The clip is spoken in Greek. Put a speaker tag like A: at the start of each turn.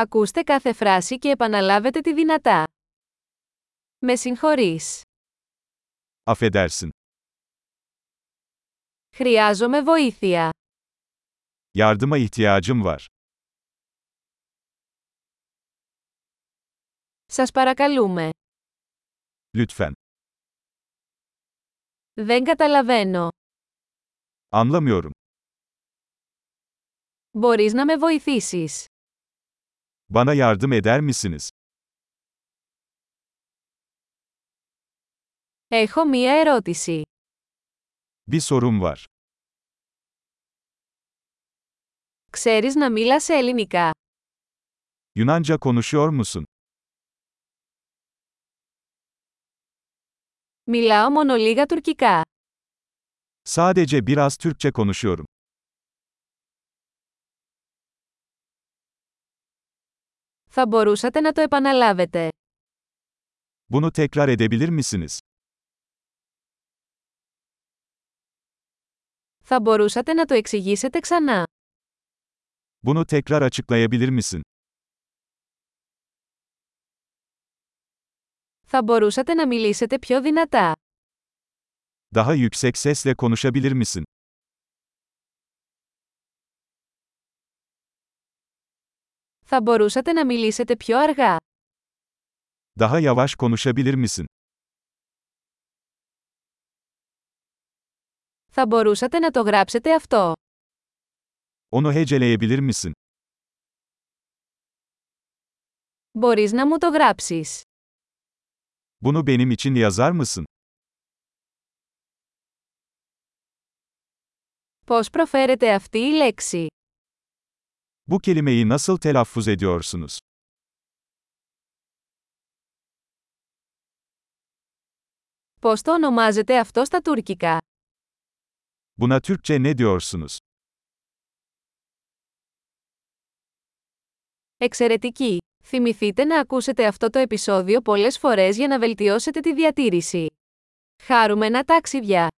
A: Ακούστε κάθε φράση και επαναλάβετε τη δυνατά. Με συγχωρείς.
B: Affedersin.
A: Χρειάζομαι βοήθεια.
B: Yardıma ihtiyacım var.
A: Σας παρακαλούμε.
B: Lütfen.
A: Δεν καταλαβαίνω.
B: Anlamıyorum.
A: Μπορείς να με βοηθήσεις.
B: Bana yardım eder misiniz?
A: Έχω μία ερώτηση.
B: Bir sorum var.
A: Ξέρεις να μίλας ελληνικά.
B: Yunanca konuşuyor musun?
A: Μιλάω μόνο λίγα τουρκικά.
B: Sadece biraz Türkçe konuşuyorum.
A: Θα μπορούσατε να το επαναλάβετε.
B: Bunu tekrar edebilir misiniz?
A: Θα μπορούσατε να το εξηγήσετε ξανά.
B: Bunu tekrar açıklayabilir misin?
A: Θα μπορούσατε να μιλήσετε πιο δυνατά.
B: Daha yüksek sesle konuşabilir misin?
A: Θα μπορούσατε να μιλήσετε πιο αργά.
B: Daha yavaş konuşabilir misin?
A: Θα μπορούσατε να το γράψετε αυτό.
B: Onu heceleyebilir misin?
A: Μπορείς να μου το γράψεις.
B: Bunu benim için yazar mısın?
A: Πώς προφέρεται αυτή η λέξη.
B: Bu kelimeyi nasıl telaffuz ediyorsunuz?
A: Πώς το ονομάζετε αυτό στα τουρκικά.
B: Buna Türkçe ne diyorsunuz?
A: Εξαιρετική! Θυμηθείτε να ακούσετε αυτό το επεισόδιο πολλές φορές για να βελτιώσετε τη διατήρηση. Χάρουμενα ταξίδια!